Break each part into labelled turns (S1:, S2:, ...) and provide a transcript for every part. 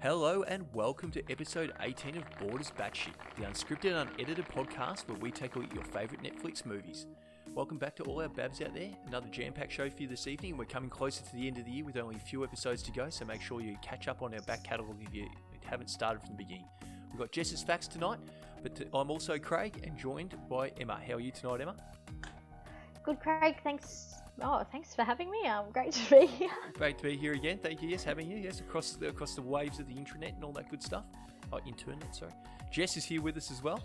S1: Hello and welcome to episode 18 of Borders Batshit, the unscripted, unedited podcast where we take a look at your favourite Netflix movies. Welcome back to all our babs out there. Another jam-packed show for you this evening. We're coming closer to the end of the year with only a few episodes to go, so make sure you catch up on our back catalogue if you haven't started from the beginning. We've got Jess's facts tonight, but t- I'm also Craig and joined by Emma. How are you tonight, Emma?
S2: Good, Craig. Thanks. Oh, thanks for having me. Um, great to be here.
S1: Great to be here again. Thank you. Yes, having you. Yes, across the, across the waves of the intranet and all that good stuff. Oh, internet, sorry. Jess is here with us as well,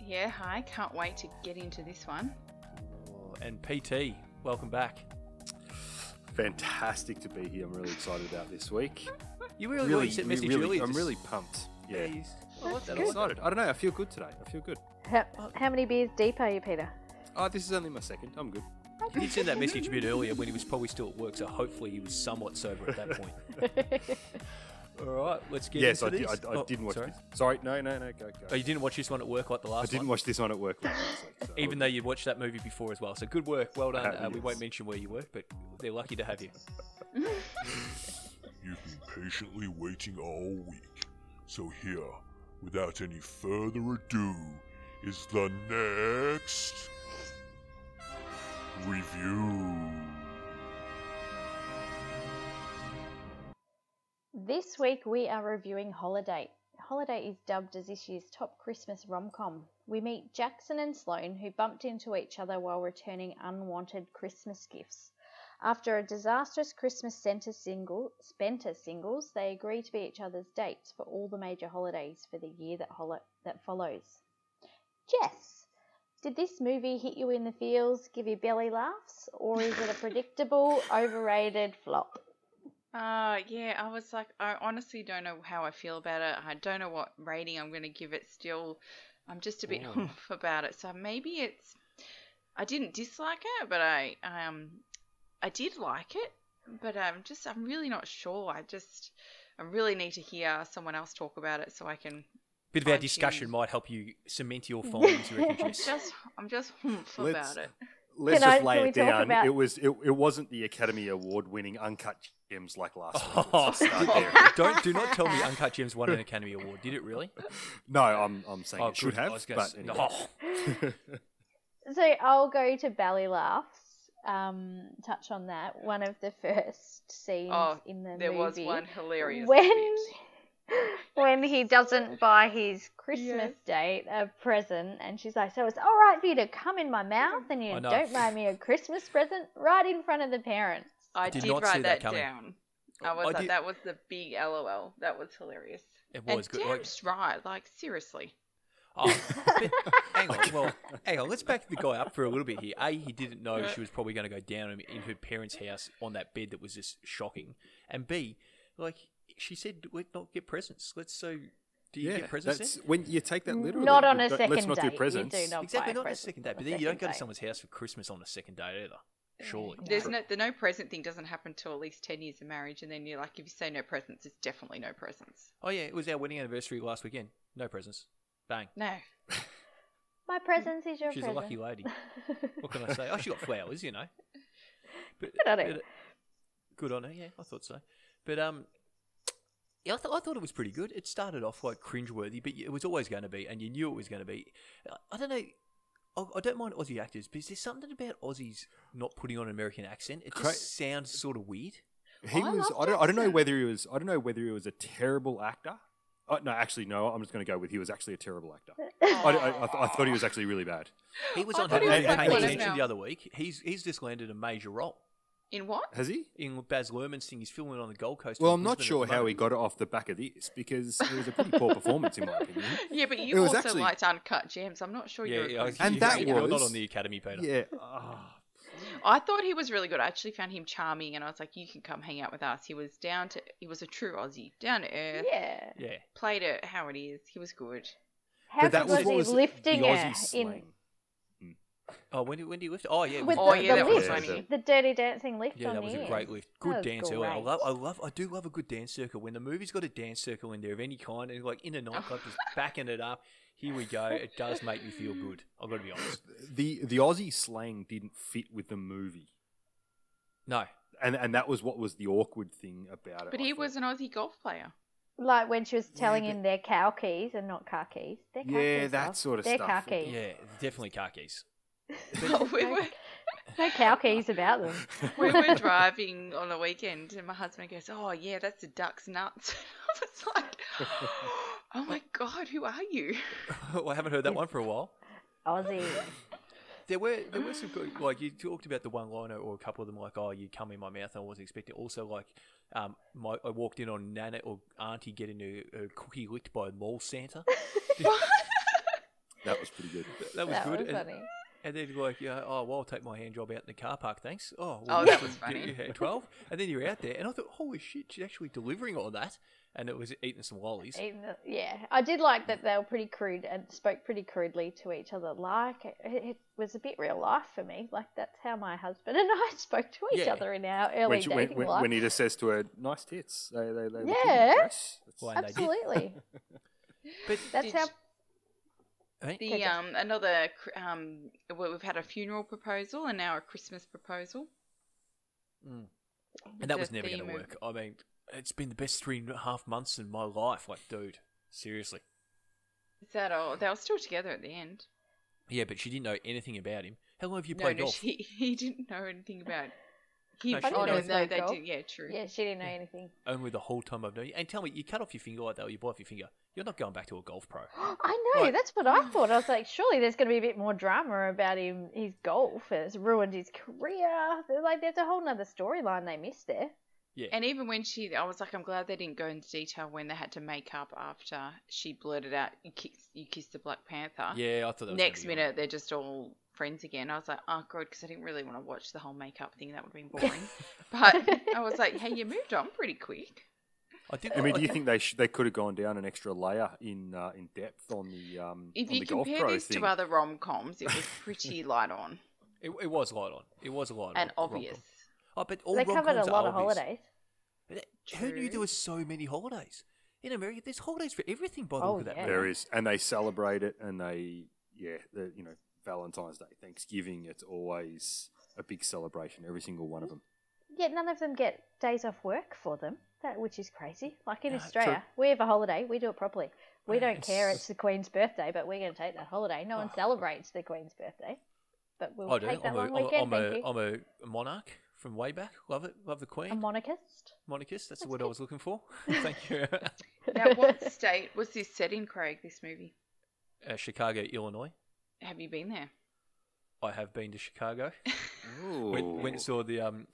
S3: Yeah, hi. Can't wait to get into this one.
S1: and PT. Welcome back.
S4: Fantastic to be here. I'm really excited about this week.
S1: You really, really sent message
S4: really-
S1: earlier.
S4: I'm
S1: just-
S4: really pumped. Yeah.
S1: Oh, that's
S4: I'm
S1: good.
S4: excited. I don't know. I feel good today. I feel good.
S2: How, how many beers deep are you, Peter?
S4: Oh, this is only my second. I'm good.
S1: He did send that message a bit earlier when he was probably still at work, so hopefully he was somewhat sober at that point. All right, let's get
S4: yes, I,
S1: into
S4: did, I,
S1: this.
S4: I
S1: Oh,
S4: didn't watch
S1: sorry.
S4: this. Sorry. No, no, no. Go, go.
S1: Oh, you didn't watch this one at work like the
S4: I
S1: last
S4: didn't
S1: one?
S4: watch this one at work last week. so-
S1: Even though you'd watched that movie before as well. So good work. Well done.
S4: I
S1: Uh,
S4: have,
S1: We won't
S4: yes.
S1: mention where you work, but they're lucky to have you.
S5: You've been patiently waiting all week. So here, without any further ado, is the next review.
S2: This week we are reviewing Holiday. Holiday is dubbed as this year's top Christmas rom com. We meet Jackson and Sloane, who bumped into each other while returning unwanted Christmas gifts. After a disastrous Christmas center single, Spenter singles, they agree to be each other's dates for all the major holidays for the year that, holo- that follows. Jess, did this movie hit you in the feels, give you belly laughs, or is it a predictable, overrated flop?
S3: Uh, yeah, I was like, I honestly don't know how I feel about it. I don't know what rating I'm going to give it still. I'm just a bit
S1: Mm.
S3: off about it. So maybe it's. I didn't dislike it, but I um, I did like it. But I'm just, I'm really not sure. I just, I really need to hear someone else talk about it so I can.
S1: Bit of our
S3: Fine-tuned.
S1: discussion might help you cement your findings, you reckon, Jess?
S3: Just, I'm just humph
S4: Let's-
S3: about it.
S4: Let's
S2: Can I-
S4: just lay
S2: can we
S4: it
S2: talk
S4: down.
S2: about-
S4: It was. It, it wasn't the Academy Award winning uncut gems like last week.
S1: Oh,
S4: Let's just start
S1: stop.
S4: there.
S1: don't do not tell me Uncut Gems won an Academy Award. Did it really?
S4: No, I'm. I'm saying it should
S1: Oh, good. I was
S4: have.
S1: gonna
S4: But
S1: say-
S4: anyway.
S1: Oh,
S2: So I'll go to belly laughs. Um, touch on that. One of the first scenes
S3: Oh,
S2: in the
S3: There
S2: movie.
S3: was one hilarious.
S2: when
S3: bit.
S2: when he doesn't buy his Christmas
S3: Yes.
S2: date a present, and she's like, "So it's all right for you to come in my mouth, and
S1: I
S2: you
S1: know.
S2: don't buy me a Christmas present right in front of the parents."
S3: I
S1: Did
S3: did,
S1: not see
S3: write
S1: that
S3: that,
S1: coming.
S3: down. I was
S1: I
S3: like,
S1: did-
S3: that was the big LOL. That was hilarious.
S1: it was
S3: and
S1: good.
S3: damn
S1: Like,
S3: right, like seriously.
S1: oh, but hang on. Well, hang on. Let's back the guy up for a little bit here. A, he didn't know she was probably going to go down in- in her parents' house on that bed that was just shocking. And B, like she said, let's not get presents. Let's so. Do you get presents?
S4: that's
S1: then?
S4: when you take that literally.
S2: Not on
S4: But
S2: a
S4: don't-
S2: second
S4: Let's not
S2: date.
S4: do presents.
S2: You do not
S1: Exactly,
S2: buy
S1: not
S2: a
S1: on a
S2: present
S1: second date.
S2: on
S1: But
S2: a
S1: then you don't
S2: second
S1: go to
S2: date.
S1: someone's house for Christmas on a second date either. Surely.
S3: There's
S2: Right.
S3: no the no present thing doesn't happen till at least ten years of marriage, and then you're like, if you say no presents, it's definitely no presents.
S1: Oh yeah, it was our wedding anniversary last weekend. No presents. Bang.
S3: No,
S2: My presents is your
S1: She's
S2: present.
S1: a lucky lady. What can I say? Oh, she got flowers, you know. But,
S2: Good on her.
S1: but- uh, good on her. Yeah, I thought so. But um, yeah, I, th- I thought it was pretty good. It started off like cringeworthy, but it was always going to be, and you knew it was going to be. I, I don't know. I, I don't mind Aussie actors, but is there something about Aussies not putting on an American accent? It just
S4: Cra-
S1: sounds sort of weird.
S4: He
S3: I
S4: was.
S3: love
S4: I don't. I don't know
S3: Jackson.
S4: whether he was. I don't know whether he was a terrible actor. Uh, no, actually, no. I'm just going to go with he was actually a terrible actor.
S3: Oh.
S4: I, I, I, th- I thought he was actually really bad.
S1: He was
S3: I
S1: on
S3: thought
S4: he
S1: Happy
S4: was
S1: Paying
S4: excellent
S1: Attention
S3: now.
S1: the other week. He's he's just landed a major role
S3: in what?
S4: Has he?
S1: in Baz Luhrmann's thing. He's filming on the Gold Coast.
S4: Well,
S1: in
S4: I'm not
S1: Brisbane
S4: sure
S1: at the
S4: how he
S1: moment.
S4: got it off the back of this because it was a pretty poor performance, in my opinion.
S3: Yeah, but
S4: It
S3: you
S4: was
S3: also
S4: actually-
S3: liked uncut gems. I'm not sure
S1: Yeah,
S3: you're.
S1: yeah, I-
S3: a
S4: And
S1: you-
S3: Christmas
S4: that
S3: reader.
S1: you're not
S4: was-
S1: on the Academy, Peter.
S4: Yeah. ah.
S3: I thought he was really good. I actually found him charming, and I was like, you can come hang out with us. He was down to. He was a true Aussie, down to earth.
S2: Yeah.
S1: yeah.
S3: Played it how it is. He was good.
S2: How
S4: that
S2: good was,
S4: was what
S2: he
S4: was it?
S2: lifting
S4: the
S2: her
S4: Aussie
S2: in
S4: slang.
S1: Oh, when did, when did he lift? Oh, yeah. it
S2: with
S1: was
S3: Oh,
S2: the,
S3: yeah,
S2: the
S3: that was
S2: lift,
S4: funny.
S2: the Dirty Dancing lift
S1: Yeah,
S2: on
S1: that was
S2: the
S1: a
S2: end.
S1: great lift.
S2: That
S1: Good
S2: was
S1: dance circle. I
S2: great.
S1: love, I love, I do love a good dance circle. When the movie's got a dance circle in there of any kind, and like in a nightclub, just backing it up. Here we go. It does make me feel good. I've got to be honest.
S4: The the Aussie slang didn't fit with the movie,
S1: No,
S4: and and that was what was the awkward thing about it.
S3: But
S4: I
S3: he
S4: thought.
S3: was an Aussie golf player.
S2: Like when she was
S6: Yeah,
S2: telling
S6: but-
S2: him they're cow keys and not car keys. They're car
S6: Yeah,
S2: keys,
S6: that
S2: love.
S6: sort of
S2: they're
S6: stuff.
S2: Car keys.
S1: Yeah, definitely car keys.
S3: we
S2: no,
S3: were
S2: no cow keys about them.
S3: we were driving on the weekend, and my husband goes, "Oh yeah, that's the duck's nuts." I was like, "Oh my god, who are you?"
S1: well, I haven't heard that one for a while.
S2: Aussie.
S1: There were there were some good like you talked about the one liner or a couple of them like oh you come in my mouth I wasn't expecting also like um my, I walked in on Nana or Auntie getting her, her cookie licked by mall Santa
S4: That was pretty good.
S1: that was
S2: that
S1: good
S2: was
S1: and,
S2: funny.
S1: and then like you know, oh well I'll take my hand job out in the car park thanks oh
S3: Oh,
S1: you
S3: that was
S1: should
S3: funny.
S1: get your hand twelve and then you're out there and I thought holy shit she's actually delivering all that and it was eating some lollies
S2: Even though- yeah, I did like that they were pretty crude and spoke pretty crudely to each other. Like it, it was a bit real life for me. Like that's how my husband and I spoke to each
S1: Yeah.
S2: other in our early
S4: when, she, when,
S2: dating
S4: when,
S2: life.
S4: when he just says to her, "Nice tits," they, they, they
S2: Yeah.
S1: Why And they did.
S2: Absolutely,
S1: but
S2: that's
S3: Did
S2: how.
S1: hey,
S3: The
S2: Okay.
S3: um another cr- um we- we've had a funeral proposal and now a Christmas proposal.
S1: mm. and that
S3: The
S1: was never going
S3: theme
S1: to
S3: of-
S1: work I mean it's been the best three and a half months in my life like dude seriously.
S3: Is that all? They were still together at the end.
S1: Yeah, but she didn't know anything about him. How long have you
S3: no,
S1: played
S3: no,
S1: golf?
S3: she, he didn't know anything about. He,
S1: No,
S3: no,
S1: she didn't
S3: oh,
S1: know
S3: no,
S1: he
S3: no,
S2: played
S3: they
S2: golf.
S3: did. Yeah, true.
S2: Yeah, she didn't know anything.
S1: Only the whole time I've known you. And tell me, you cut off your finger like that, or you bite off your finger. You're not going back to a golf pro.
S3: Uh-huh.
S2: I know.
S1: Right.
S2: That's what I thought. I was like, surely there's going to be a bit more drama about him, his golf, and it's ruined his career. They're Like, there's a whole nother storyline they missed there.
S1: Yeah.
S3: And even when she, I was like, I'm glad they didn't go into detail when they had to make up after she blurted out, "You kissed, you kissed the Black Panther."
S1: yeah, I thought that was
S3: Next
S1: gonna be
S3: minute, they're just all friends again. I was like, oh god, because I didn't really want to watch the whole makeup thing. That would have been boring. but I was like, hey, you moved on pretty quick.
S1: good. I did.
S4: I mean,
S1: I
S4: do you
S1: did-
S4: think they sh- they could have gone down an extra layer in uh, in depth on the um
S3: If
S4: on
S3: you
S4: the golf
S3: compare
S4: pro
S3: this
S4: thing?
S3: to other rom coms, it was pretty light on
S1: it, it was light on? It was light on.
S3: and
S1: rom-com.
S3: obvious.
S1: Oh, but all
S2: they covered a
S1: rom-coms are
S2: lot of
S1: obvious.
S2: holidays.
S1: Who knew there
S3: True.
S1: was so many holidays in America? There's holidays for everything by the
S2: Oh,
S1: look of that.
S2: yeah.
S1: movie.
S4: There is, and they celebrate it, and they yeah, the, you know, Valentine's Day, Thanksgiving. It's always a big celebration. Every single one of them.
S2: Yet none of them get days off work for them, that which is crazy. Like in
S1: Yeah,
S2: Australia, we have a holiday, we do it properly. We
S1: Yeah,
S2: don't care
S1: it's-
S2: it's the Queen's birthday, but we're going to take that holiday. No one
S1: Oh.
S2: celebrates the Queen's birthday, but we'll
S1: I do.
S2: take that
S1: I'm a,
S2: long
S1: I'm,
S2: weekend.
S1: a,
S2: thank you.
S1: I'm a, I'm a monarch from way back. Love it. Love the Queen.
S2: a monarchist.
S1: Monarchist. That's the
S2: That's
S1: word I
S2: good.
S1: was looking for. Thank you.
S3: Now, what state was this set in, Craig? This movie?
S1: uh, Chicago, Illinois.
S3: Have you been there?
S1: I have been to Chicago.
S4: Ooh.
S1: went, went and saw the um,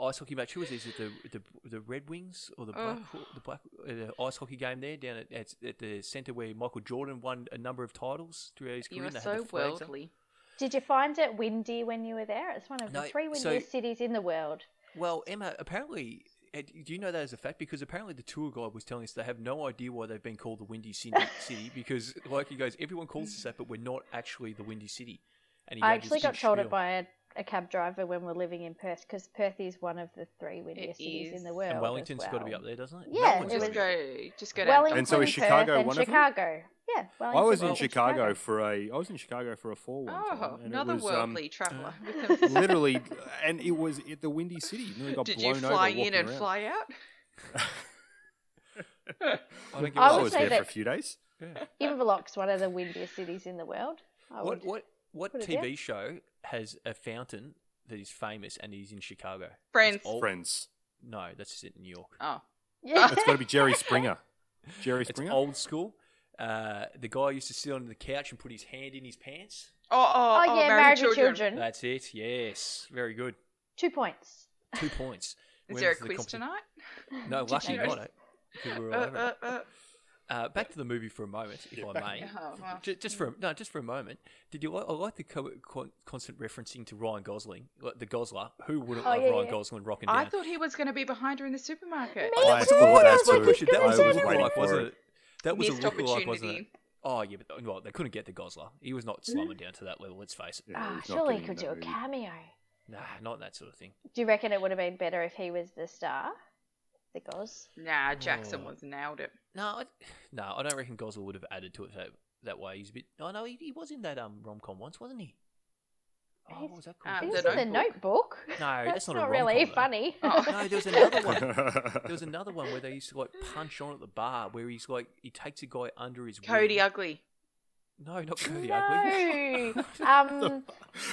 S1: ice hockey match. Who was it? Is it the the, the Red Wings or the Black, the Black uh, the ice hockey game there down at, at, at the centre where Michael Jordan won a number of titles through his career?
S3: You are
S1: and they had the
S3: so
S1: flags up.
S3: worldly.
S2: Did you find it windy when you were there? It's one of
S1: No,
S2: the three
S1: so-
S2: windiest cities in the world.
S1: Well, Emma, apparently. uh, Do you know that as a fact? Because apparently the tour guide was telling us they have no idea why they've been called the Windy City. City because, like he goes, everyone calls us that, but we're not actually the Windy City. And he
S2: I
S1: gave this
S2: actually got
S1: big
S2: told it
S1: spiel.
S2: by a, a cab driver when we're living in Perth because Perth is one of the three windiest cities
S3: is.
S2: in the
S3: And
S2: world.
S1: And
S2: as
S1: Wellington's got to be
S2: well.
S1: up there, doesn't it?
S2: Yeah,
S1: Melbourne's
S2: it
S1: gotta
S2: was
S3: Just
S1: be up there.
S3: go, just go down.
S2: Wellington,
S4: And so is
S2: Perth,
S4: Chicago
S2: and
S4: one of them?
S2: Chicago. Yeah,
S4: I
S2: Wellington
S4: was
S2: and
S4: in Chicago for a. I was in Chicago for a four one
S3: Oh,
S4: time, and it
S3: another
S4: was, um,
S3: worldly traveller.
S4: literally, and it was at the Windy City. You nearly got
S3: Did you
S4: blown
S3: fly
S4: over
S3: in
S4: walking
S3: and
S4: around.
S3: fly out?
S1: I don't give
S2: I
S1: a
S2: would
S4: was
S2: say
S4: there
S2: that-
S4: for a few days.
S2: Inverloch's one of the windiest cities in the world. I
S1: What
S2: would.
S1: what what
S2: put it
S1: TV
S2: there.
S1: show has a fountain that is famous and is in Chicago? It's
S3: Friends.
S1: all-
S4: Friends.
S1: No, that's just it in New York.
S3: Oh,
S2: Yeah.
S4: It's got to be Jerry Springer. Jerry
S1: It's
S4: Springer.
S1: old school. Uh, the guy used to sit on the couch and put his hand in his pants.
S3: oh, oh,
S2: oh,
S3: oh,
S2: yeah,
S3: married
S2: married with
S3: children.
S2: children.
S1: That's it. Yes, very good.
S2: Two points.
S1: Two points.
S3: Is
S1: Went
S3: there a
S1: for the
S3: quiz
S1: competi-
S3: tonight?
S1: No,
S3: Did
S1: lucky
S3: you-
S1: not. eh, because we were
S3: Uh,
S1: all over it.
S3: uh, uh,
S1: Uh, back to the movie for a moment, if I may.
S3: Oh, well.
S1: Ju- Just, for a, no, just for a moment. Did you? Like, I like the co- con- constant referencing to Ryan Gosling, like the Gosler. Who wouldn't
S2: Oh,
S1: love
S2: yeah,
S1: Ryan
S2: yeah.
S1: Gosling rocking down?
S3: I thought he was going to be behind her in the supermarket.
S2: Me
S4: I
S2: too.
S4: thought
S2: I
S4: that
S2: was like,
S4: too.
S2: he's
S4: I
S2: going
S4: was
S2: to
S4: waiting
S2: Santa
S1: lookalike,
S4: for
S1: wasn't
S4: it.
S1: it? That was
S3: Missed
S1: a lookalike, wasn't it?
S3: opportunity.
S1: Oh yeah, but well, they couldn't get the Gosler. He was not slumming down to that level. Let's face it.
S4: Yeah,
S2: Ah,
S4: he's not
S2: surely
S4: getting
S2: he could
S4: that
S2: do a
S4: movie.
S2: cameo.
S1: Nah, not that sort of thing.
S2: Do you reckon it would have been better if he was the star? The Goz?
S3: Nah, Jackson
S1: Oh.
S3: was nailed it.
S1: No, I, no, I don't reckon Gosler oh, would have added to it that, that way. He's a bit. I know he, he was in that um rom com once, wasn't he? Oh, what was that
S3: Um,
S1: called?
S2: This is
S3: the
S2: the notebook.
S1: No, that's,
S2: That's
S1: not,
S2: not,
S1: a rom-com,
S2: really
S1: though.
S2: funny.
S3: Oh.
S1: No, there was another one. There was another one where they used to like punch on at the bar, where he's like he takes a guy under his
S3: Cody
S1: wing.
S3: Ugly.
S1: No, not Cody Ugly.
S2: no. um,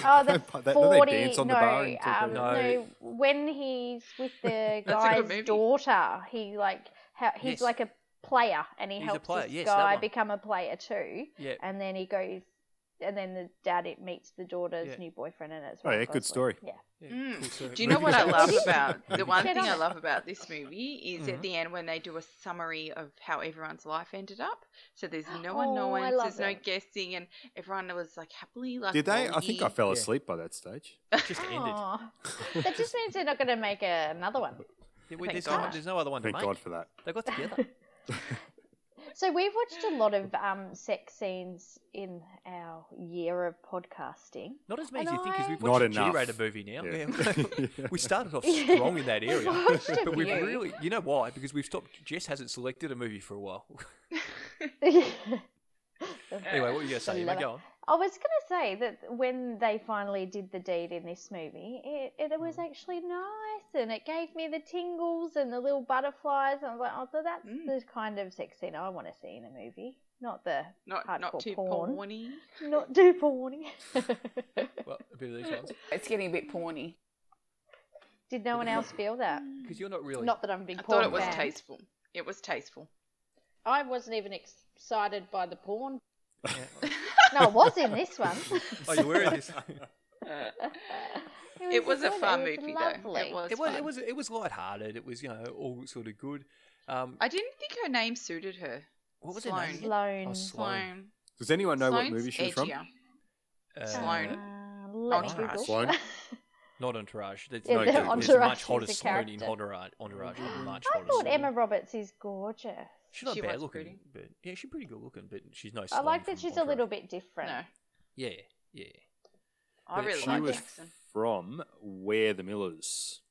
S2: oh,
S4: Don't
S2: the
S4: pu- they- don't they
S2: forty.
S4: dance on the
S2: no,
S4: bar and talk
S2: um,
S1: about it?
S2: no. When he's with the
S3: That's a good
S2: guy's
S3: movie.
S2: daughter, he like ha- he's
S1: Yes.
S2: like a player, and he
S1: He's a
S2: helps
S1: player,
S2: this
S1: yes, that
S2: guy
S1: one.
S2: become a player too.
S1: Yeah,
S2: And then he goes, and then the dad it meets the daughter's
S1: Yeah.
S2: new boyfriend, and it's
S4: Oh, yeah,
S2: Ryan
S4: good
S2: Gosling.
S4: story.
S2: Yeah.
S1: yeah,
S3: Mm.
S1: cool story.
S3: Do you know what I
S4: Movie
S3: love
S4: tips.
S3: about the one
S2: Get
S3: thing
S2: on
S3: I
S2: it.
S3: love about this movie is
S1: Mhm.
S3: at the end when they do a summary of how everyone's life ended up. So there's no
S2: Oh, I
S3: annoyance,
S2: love
S3: there's no
S2: it.
S3: guessing, and everyone was like happily like.
S4: Did they? I think I
S3: lonely.
S4: fell
S1: Yeah.
S4: asleep by that stage.
S1: It just
S3: Oh,
S1: ended.
S2: Aw. that just means they're not going to make another one.
S1: Yeah, wait,
S3: Thank
S1: there's, no,
S3: God.
S1: there's no other one to
S4: Thank
S1: make.
S4: God for that.
S1: They got together.
S2: So we've watched a lot of um, sex scenes in our year of podcasting.
S1: Not as many
S2: And
S1: as you think, because we've
S4: I-
S1: watched
S4: Not
S1: a
S4: enough.
S1: G-rated movie now.
S4: Yeah.
S1: Yeah. we started off strong in that
S2: We've
S1: area,
S2: watched a
S1: but we've
S2: few.
S1: really, you know why? Because we've stopped. Jess hasn't selected a movie for a while. anyway, what were you gonna say? You might
S2: Dilemma.
S1: go on.
S2: I was going to say that when they finally did the deed in this movie, it, it was actually nice and it gave me the tingles and the little butterflies. And I was like, oh, so that's
S3: Mm.
S2: the kind of sex scene I want to see in a movie. Not the,
S3: Not not
S2: Hardcore
S3: too
S2: porn.
S3: porny.
S2: not too porny.
S1: Well, a bit of these ones
S6: It's getting a bit porny.
S2: did no one else feel that?
S1: because you're not really.
S2: Not that I'm a big
S3: I thought
S2: porn
S3: it was
S2: fan.
S3: tasteful. It was tasteful.
S2: I wasn't even excited by the porn.
S1: Yeah.
S2: No, I was in this one.
S1: Oh, you were in this.
S3: It was a
S2: good-
S3: fun
S2: it was
S3: movie
S2: lovely.
S3: though. It was.
S1: it was.
S3: fun.
S1: It was. It was lighthearted. It was, you know, all sort of good. Um,
S3: I didn't think her name suited her.
S1: what was
S3: Sloane.
S1: her name?
S2: Sloane.
S1: Oh, Sloane.
S3: Sloane.
S4: Does anyone know what
S3: Sloane's
S4: movie she was from?
S3: edgier.
S1: Uh,
S3: Sloane. Oh,
S2: Uh, let me
S3: Entourage.
S2: Google.
S4: Sloane?
S1: Not Entourage. That's
S2: Yeah,
S1: no,
S4: the
S1: there's
S2: Entourage
S1: much
S2: is
S1: hotter
S2: the
S1: Sloane in
S2: character. Mm.
S1: Entourage. Entourage is much
S2: I
S1: hotter.
S2: thought
S1: Sloane.
S2: Emma Roberts is gorgeous.
S1: She's not
S3: She
S1: bad
S3: was
S1: looking,
S3: pretty.
S1: but yeah, she's pretty good looking. But she's no.
S2: I
S1: Sloane
S2: like
S1: from
S2: that she's a
S1: Entourage.
S2: little bit different.
S3: No,
S1: Yeah, yeah.
S3: I
S1: But
S3: really
S4: She
S3: like
S4: was
S3: Jackson.
S4: from Where the Millers.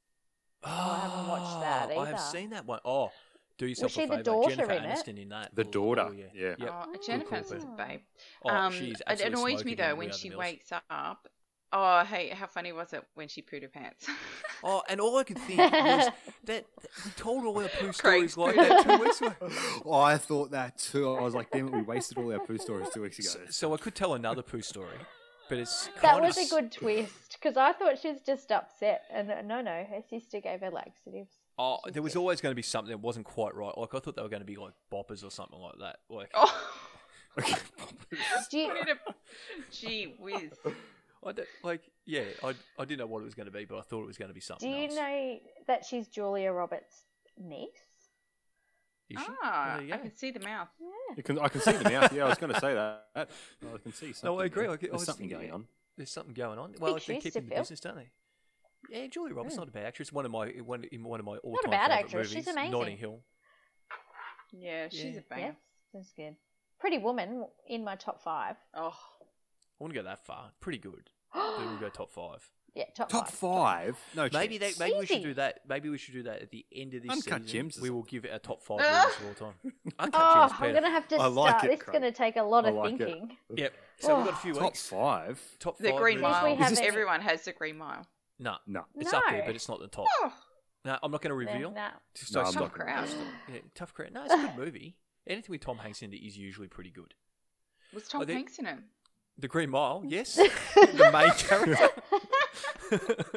S1: Oh,
S2: I haven't watched that
S1: I have
S2: either.
S1: seen that one. Oh, do yourself
S2: she
S1: a
S2: the
S1: favor.
S2: daughter
S1: Jennifer
S2: in it? Uh,
S1: Aniston in that.
S4: The
S1: Oh,
S4: daughter,
S1: Oh, yeah.
S4: yeah.
S1: Yep.
S3: Oh,
S2: Good
S3: Jennifer's a
S1: call,
S3: babe.
S1: Oh,
S3: um,
S1: she's
S3: it
S1: absolutely
S3: annoys me
S1: smoking
S3: though
S1: on
S3: when
S1: Without
S3: she
S1: the Mills.
S3: wakes up. Oh, hey, how funny was it when she pooed her pants?
S1: Oh, and all I could think was that, that we told all our poo
S3: Craig's
S1: stories like that two weeks ago.
S4: Oh, I thought that too. I was like, damn it, we wasted all our poo stories two weeks
S1: So, so I could tell another poo story, but it's
S2: That
S1: kind
S2: was
S1: of
S2: a good twist because I thought she was just upset, and uh, no, no, her sister gave her laxatives.
S1: Oh, there was always going to be something that wasn't quite right. Like I thought they were going to be like boppers or something like that. Like
S3: oh,
S2: Do you,
S3: what a- gee whiz!
S1: I don't, like yeah, I, I didn't know what it was going to be, but I thought it was going to be
S2: do
S1: something.
S2: you
S1: else.
S2: know that she's Julia Roberts' niece?
S1: Is she?
S3: Ah,
S1: There you
S3: I
S1: go.
S3: can see the mouth.
S4: You can, I can see the mouth. Yeah, I was going to say that. I can see something.
S1: No, I agree.
S4: there.
S1: I could- I
S4: There's
S1: was
S4: something
S1: thinking
S4: going on.
S1: There's something going on. Well,
S2: she
S1: they're
S2: used to
S1: keeping the
S2: film.
S1: business, don't they? Yeah, Julia Roberts not a bad actress. One of my one in one of my all
S2: Hmm. a
S1: time
S2: bad
S1: favorite
S2: actress.
S1: movies.
S2: She's amazing.
S1: Notting Hill.
S3: Yeah, she's
S1: Yeah.
S3: a banger.
S2: that's good. Pretty Woman in my top five.
S3: Oh,
S1: I wouldn't go that far. Pretty good. but we'll go top five.
S2: Yeah, top,
S4: Top
S2: five.
S4: five? No,
S1: Maybe
S4: chance.
S1: that. Maybe we should
S2: Easy.
S1: do that. Maybe we should do that at the end of this
S4: Uncut
S1: season.
S4: Gems or
S1: We will give it our top five
S3: Ah!
S1: movies of all time. Uncut Gems,
S2: Oh, I'm
S1: better.
S2: gonna have to
S4: I
S2: start.
S4: like it,
S2: this is
S4: Craig.
S2: gonna take a lot
S4: I
S2: of
S4: like it.
S2: thinking.
S1: Yep. So we've got a few
S2: Oh.
S4: Top
S1: weeks.
S4: five?
S1: Top
S3: the
S1: five
S3: Green
S1: movies.
S2: we
S3: Mile.
S2: have any-
S3: Everyone has the Green Mile.
S1: No,
S4: No.
S1: it's up there,
S2: No.
S1: but it's not the top.
S3: Oh,
S1: No, I'm not going to
S2: Nah,
S1: reveal.
S2: nah.
S1: Just
S4: No,
S1: so-
S4: I'm
S3: Tom
S4: not gonna
S3: Cruise.
S4: watch it.
S1: Yeah, tough career. No, it's a good movie. Anything with Tom Hanks in it is usually pretty good.
S3: was Tom
S1: they-
S3: Hanks in it?
S1: The Green Mile, yes. the main character.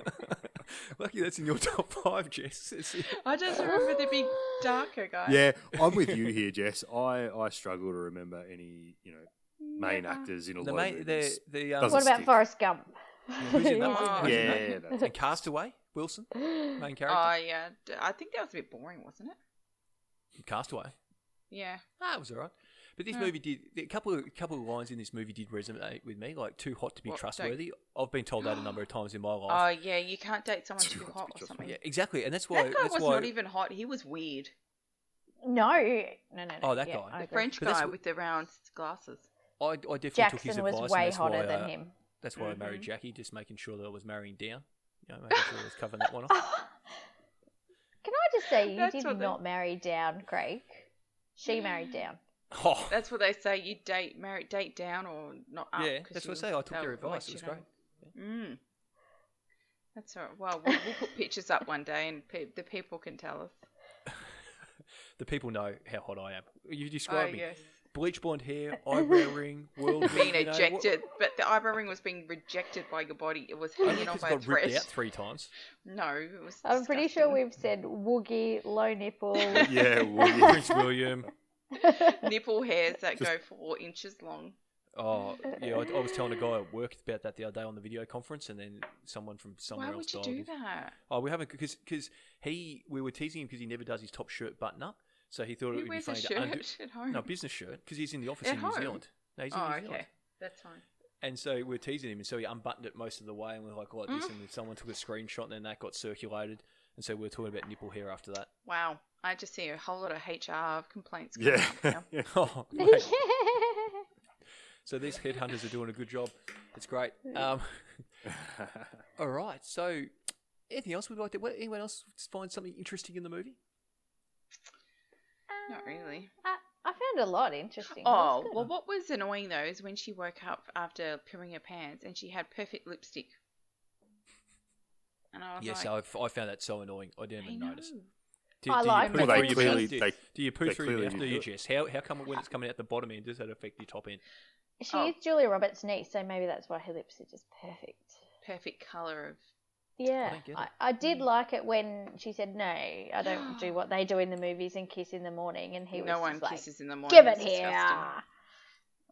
S1: Lucky that's in your top five, Jess. It's-
S3: I just remember the big darker guy.
S4: Yeah, I'm with you here, Jess. I, I struggle to remember any, you know, main actors in a
S1: the
S4: lot
S1: main,
S4: of
S1: the,
S4: movies.
S1: the um,
S4: Doesn't
S2: What about
S4: stick.
S2: Forrest Gump?
S1: who's in that
S3: Oh,
S1: one? Who's in
S4: yeah,
S1: that?
S4: yeah, that's
S1: And Castaway Wilson, main character.
S3: Oh yeah, D- I think that was a bit boring, wasn't it?
S1: Castaway.
S3: Yeah.
S1: Ah, it was alright. But this
S3: Yeah.
S1: movie did a couple of couple of lines in this movie did resonate with me, like too hot to be
S3: What, don't-
S1: trustworthy. I've been told that a number of times in my
S3: Oh
S1: life.
S3: yeah, you can't date someone
S4: Too
S3: too
S4: hot to
S3: hot
S4: be
S3: or
S4: trusted.
S3: something.
S1: yeah, exactly. And that's why
S3: Oh, That guy
S1: that's
S3: was
S1: why
S3: not even hot. He was weird.
S2: No, no, no, no.
S1: Oh, that
S2: yeah,
S1: guy.
S2: I
S1: The
S3: The
S2: agree.
S3: French
S1: But that's
S3: guy
S1: wh-
S3: with the round glasses.
S1: I, I definitely took his
S2: Jackson
S1: advice. and
S2: was way
S1: that's why,
S2: hotter
S1: uh,
S2: than him.
S1: That's why I married
S3: Mhm.
S1: Jackie, just making sure that I was marrying down. You know, making sure I was covering that one off.
S2: Can I just say you
S3: That's
S2: did
S3: what they-
S2: not marry down, Craig? She married down.
S1: Oh,
S3: That's what they say. You date, marry, date down or not up.
S1: yeah,
S3: 'cause
S1: that's
S3: you-
S1: what I say. I took
S3: they'll
S1: their advice.
S3: let
S1: It
S3: you
S1: was
S3: know.
S1: great.
S3: Mm. That's all right. Well, we'll, we'll put pictures up one day and pe- the people can tell us.
S1: The people know how hot I am. You
S3: Oh,
S1: describe me.
S3: yes.
S1: Bleach blonde hair, eyebrow ring, world
S3: Being
S1: beater, you know, what-
S3: ejected, but the eyebrow ring was being rejected by your body. It was
S1: I
S3: hanging
S1: think
S3: on
S1: it's
S3: by a
S1: got ripped out
S3: thread.
S1: three times.
S3: No, it was.
S2: I'm pretty sure
S3: disgusting.
S2: we've said woogie, low nipple.
S4: Yeah, well, yeah.
S1: Prince William.
S3: nipple hairs that
S4: Just-
S3: go four inches long.
S1: Oh, yeah. I, I was telling a guy at work about that the other day on the video conference, and then someone from somewhere
S3: Why would
S1: else
S3: you
S1: dialed
S3: do
S1: in.
S3: that?
S1: Oh, we haven't because because he we were teasing him because he never does his top shirt button up, so he thought it
S3: Who
S1: would be
S3: wears a
S1: funny
S3: shirt
S1: to undo.
S3: at home?
S1: No business shirt because he's in the office
S3: At
S1: in
S3: home?
S1: New Zealand. No, he's in
S3: oh,
S1: New
S3: okay,
S1: Zealand.
S3: that's fine.
S1: And so we're teasing him, and so he unbuttoned it most of the way, and we're like, like this,
S2: Mm.
S1: and then someone took a screenshot, and then that got circulated, and so we we're talking about nipple hair after that.
S3: Wow, I just see a whole lot of HR complaints. coming
S4: yeah.
S3: up now.
S1: Oh, mate. so these headhunters are doing a good job. It's great. Um, all right. So, anything else we'd like to? what- Anyone else find something interesting in the movie?
S3: Not really.
S2: I, I found a lot interesting. That was
S3: Oh,
S2: good.
S3: well, what was annoying though is when she woke up after peeing her pants and she had perfect lipstick. And I was
S1: yes,
S3: like,
S1: I've, I found that so annoying. I didn't
S3: I
S1: even
S3: know.
S1: notice. Do,
S2: I
S1: do
S2: like
S1: you poo
S2: that.
S1: through
S2: Well, they
S1: your
S4: clearly-
S1: chest? Do-
S4: they-
S1: do you poo
S4: they
S1: through
S4: clearly
S1: your mouth? Do
S4: didn't
S1: you
S4: do
S1: chest? How how come when it's coming out the bottom end does that affect your top end?
S2: she
S3: oh.
S2: is Julia Roberts' niece, so maybe that's why her lips are just perfect.
S3: perfect color
S2: Yeah,
S1: don't get
S2: I,
S1: it.
S2: I
S3: Mm.
S2: did like it when she said, "No, I don't do what they do in the movies and kiss in the morning," and he
S3: of
S2: was
S3: no
S2: just
S3: one
S2: like,
S3: kisses in the morning.
S2: "Give it
S3: It's
S2: here."
S3: disgusting.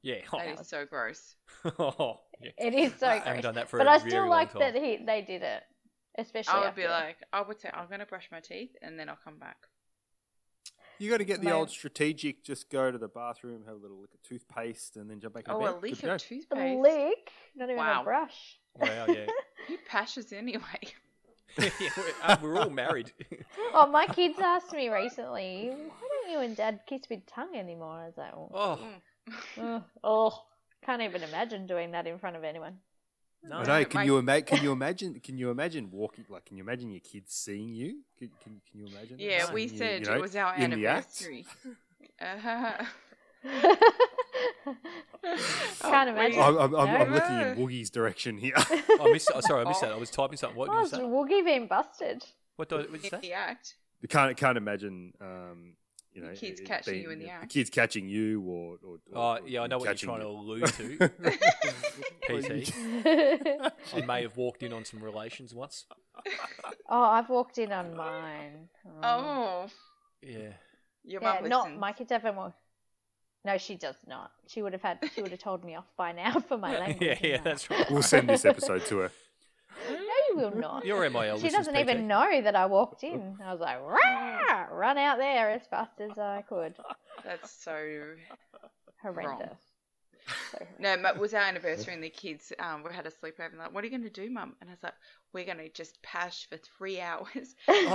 S1: Yeah. Oh,
S3: That is so gross.
S1: Yeah.
S2: It is so
S1: I
S2: gross.
S1: haven't done that for
S2: but
S1: a
S2: I
S1: very
S2: still
S1: long
S2: like
S1: time.
S2: that he they did it, especially.
S3: I would
S2: after-
S3: be like, I would say, I'm going to brush my teeth and then I'll come back.
S4: You got to get the
S2: My-
S4: old strategic. Just go to the bathroom, have a little lick of toothpaste, and then jump back in
S3: Oh,
S4: bed.
S3: a leak
S4: Good
S3: of
S4: to go.
S2: a
S3: toothpaste.
S2: lick, not even a
S3: Wow.
S2: brush.
S1: Wow. Yeah.
S3: Who pashes anyway?
S1: Yeah, we're, uh, we're all married.
S2: Oh, my kids asked me recently, "Why don't you and Dad kiss with tongue anymore?" I was like, "Oh,
S1: Oh
S3: Mm.
S2: ugh, oh, can't even imagine doing that in front of anyone."
S1: no.
S4: I know.
S3: Right,
S4: Can
S3: my-
S4: you imagine? Can you imagine? Can you imagine walking? Like, can you imagine your kids seeing you? Can, can, can you imagine? that?
S3: Yeah,
S4: Seeing
S3: we
S4: you, you
S3: said
S4: know,
S3: it was our
S4: in the act?
S3: anniversary. Uh-huh.
S2: Oh, Can't imagine.
S4: I'm, I'm, I'm, I'm
S2: No.
S4: looking in Woogie's direction here.
S1: I missed. Oh, sorry, I missed that. I was typing something. What did
S2: Oh,
S1: you
S2: it's
S1: say?
S2: Woogie being busted.
S1: What did, what did you
S3: In
S1: say?
S3: the act.
S4: You can't can't imagine. Um, you know,
S3: The kids
S4: it- it
S3: catching
S4: being-
S3: you in the act.
S4: kids catching you, or, or,
S1: Oh,
S4: or- or
S1: yeah, I know what you're
S4: catching
S1: trying to
S4: you.
S1: allude to. PT.
S2: oh,
S1: I may have walked in on some relations once.
S2: Oh, I've walked in on mine.
S3: Oh,
S1: Yeah.
S3: your
S2: yeah,
S3: mum
S2: not
S3: listens.
S2: my kids haven't walked. No, she does not. She would have had. She would have told me off by now for my language.
S1: Yeah,
S2: and
S1: yeah,
S2: that.
S1: that's right.
S4: We'll send this episode to her.
S2: No, you will not.
S1: Your MIL
S2: she
S1: listens,
S2: doesn't
S1: PT.
S2: even know that I walked in. I was like,
S3: Mm.
S2: Rah! run out there as fast as I could.
S3: That's so.
S2: Horrendous. So horrendous.
S3: No, but it was our anniversary, and the kids um, we had a sleepover. And like, what are you going to do, mum? And I was like, we're going to just pash for three hours.